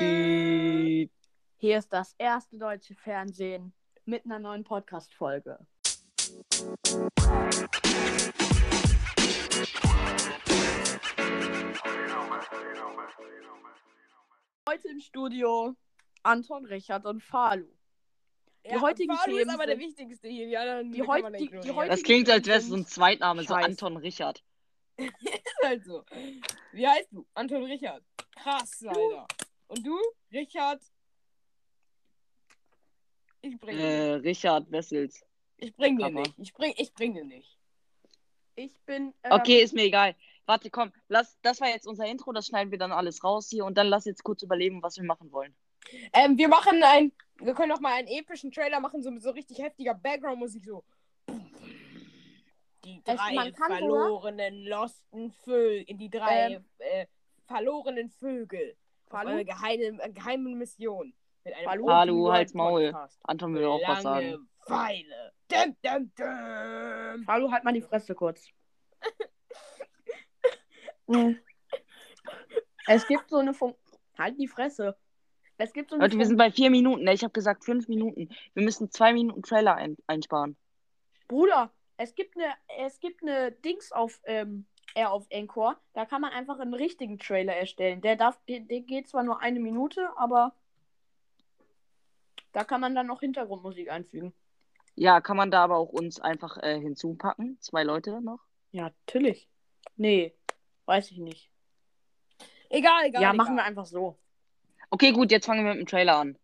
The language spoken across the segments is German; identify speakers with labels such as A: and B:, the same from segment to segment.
A: Hier ist das erste deutsche Fernsehen mit einer neuen Podcast-Folge. Heute im Studio Anton, Richard und Falu. Die heutigen
B: Pauli
A: Themen
B: ist aber der
A: sind-
B: wichtigste hier. Die, anderen, die,
A: Die
B: kann
A: heut-
B: man
A: die-
B: ignorieren.
A: die heutigen-
B: Das
C: Das klingt, als wäre es so ein Zweitname, so
A: Scheiße.
C: Anton Richard.
B: ist halt so. Wie heißt du? Anton Richard. Krass, leider. Und du? Richard. Ich bring, den.
C: Äh, Richard Wessels.
B: ich bring den
C: Hammer.
B: nicht. Ich bring, ich bring den nicht.
A: Ich bin. ähm,
C: Okay, ist mir egal. Warte, komm, lass, das war jetzt unser Intro, das schneiden wir dann alles raus hier und dann lass jetzt kurz überlegen, was wir machen wollen.
B: Ähm, wir machen ein. Wir können noch mal einen epischen Trailer machen, so mit so richtig heftiger Background-Musik, so. Also Die
A: Es-
B: drei
A: man kann sogar-
B: verlorenen losten Vögel, die drei äh, verlorenen Vögel. Auf
A: Falu?
B: einer geheimen, äh, geheimen Mission. Mit einem
A: Falu?
C: Falu,
B: Open World
C: halt's Maul.
B: Podcast.
C: Anton will auch was sagen.
B: Langeweile. Dum, dum, dum.
A: Falu, halt mal die Fresse kurz. Hm. es gibt so eine Funk. Halt die Fresse. Es gibt so eine
C: Leute, wir sind bei
A: Funk-
C: vier Minuten. ne? Ich habe gesagt fünf Minuten. Wir müssen zwei Minuten Trailer ein einsparen.
A: Bruder, es gibt eine, es gibt eine Dings auf, ähm, eher auf Encore. Da kann man einfach einen richtigen Trailer erstellen. Der darf, der, der geht zwar nur eine Minute, aber da kann man dann noch Hintergrundmusik einfügen.
C: Ja, kann man da aber auch uns einfach äh, hinzupacken? Zwei Leute noch?
A: Ja, natürlich. Nee, weiß ich nicht.
B: Egal, egal.
A: ja,
B: egal.
A: machen wir einfach so.
C: Okay, gut, jetzt fangen wir mit dem Trailer an.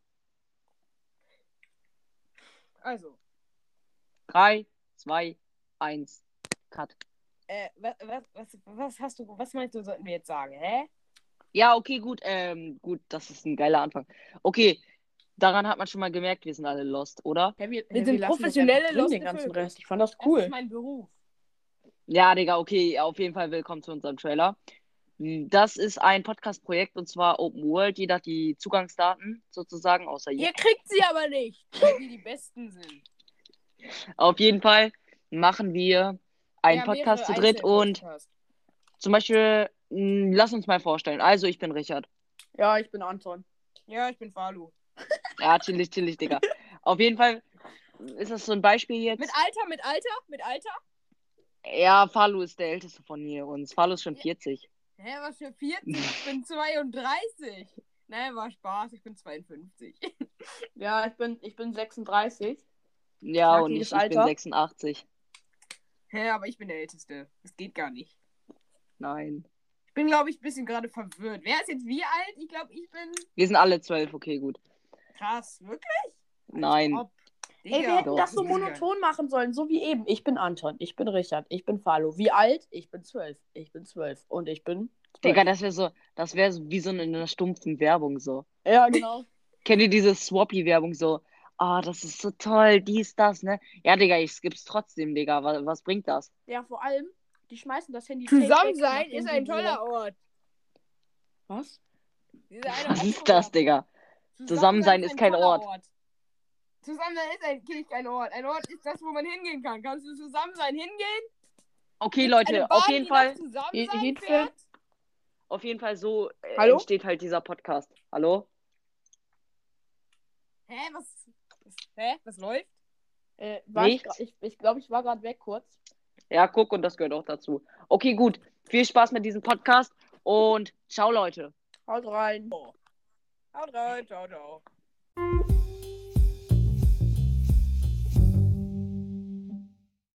B: Also,
C: Drei, zwei, eins, cut.
B: äh, was, was, was, was hast du, was meinst du, sollten wir jetzt sagen, hä?
C: Ja, okay, gut, ähm, gut, das ist ein geiler Anfang. Okay, daran hat man schon mal gemerkt, wir sind alle lost, oder?
A: Hey, wir,
B: sind
A: lassen das
B: professionelle
A: einfach drin,
B: Lost
A: den ganzen
B: Vögel.
A: Rest. Ich fand das
B: Das
A: cool.
B: ist mein Beruf.
C: Ja, Digga, okay, auf jeden Fall willkommen zu unserem Trailer. Hm, Das ist ein Podcast-Projekt und zwar Open World. Jeder hat die Zugangsdaten sozusagen, außer ihr.
B: Ihr kriegt sie aber nicht, weil wir die Besten sind.
C: Auf jeden Fall machen wir
B: Wir
C: einen
B: haben
C: Podcast zu
B: mehrere
C: dritt und
B: Einzelpodcasts.
C: zum Beispiel, mh, lass uns mal vorstellen. Also, ich bin Richard.
A: Ja, ich bin Anton.
B: Ja, ich bin Falu.
C: Ja, chillig, chillig, Digga. Auf jeden Fall ist das so ein Beispiel jetzt.
B: Mit Alter, mit Alter, mit Alter?
C: Ja, Falu ist der Älteste von hier uns. Falu ist schon 40.
B: Hä, was für 40? Ich bin 32. Nein, war Spaß, ich bin 52.
A: Ja, ich bin, ich bin 36.
C: Ja, und ich,
A: Knackiges
C: ich bin
A: Alter.
C: 86.
B: Hä, aber ich bin der Älteste. Das geht gar nicht.
C: Nein.
B: Ich bin, glaube ich, ein bisschen gerade verwirrt. Wer ist jetzt wie alt? Ich glaube, ich bin
C: Wir sind alle 12, okay, gut.
B: krass, wirklich.
C: Nein.
B: Ob.
A: Ey, wir hätten
C: doch.
A: das so monoton machen sollen, so wie eben. Ich bin Anton, ich bin Richard, ich bin Falo. Wie alt? Ich bin 12. Ich bin 12. Und ich bin. 12.
C: Digga, das wäre so, das wäre so wie so in einer stumpfen Werbung so.
A: ja, genau.
C: Kennt ihr diese Swappy-Werbung so? Ah, das ist so toll, dies, das, ne? Ja, Digga, ich skipp's trotzdem, Digga. Was, was bringt das?
A: Ja, vor allem, die schmeißen das Handy.
B: Zusammen
A: safe weg,
B: sein
A: nachdem
B: ist
A: sie
B: ein
A: so-
B: toller Ort.
A: Was?
B: Diese eine
C: Was ist
B: Aufgabe.
C: das, Digga? Zusammen sein ist kein
B: toller
C: Ort.
B: Zusammen sein ist eigentlich kein Ort. Ein Ort ist das, wo man hingehen kann. Kannst du zusammen sein hingehen?
C: Okay,
B: Eine
C: Leute,
B: Bahn,
C: auf jeden
B: die
C: Fall,
B: nach Zusammen
A: Je-
B: sein
A: jeden
B: fährt?
C: auf jeden Fall so äh,
A: Hallo?
C: entsteht halt dieser Podcast. Hallo?
B: Hä, was, was? Hä, was läuft?
A: Äh, war ich
C: Nichts.
A: gra- ich ich glaube, ich war gerade weg kurz.
C: Ja, guck, und das gehört auch dazu. Okay, gut. Viel Spaß mit diesem Podcast und ciao, Leute.
A: Haut rein.
B: Haut rein, ciao, ciao.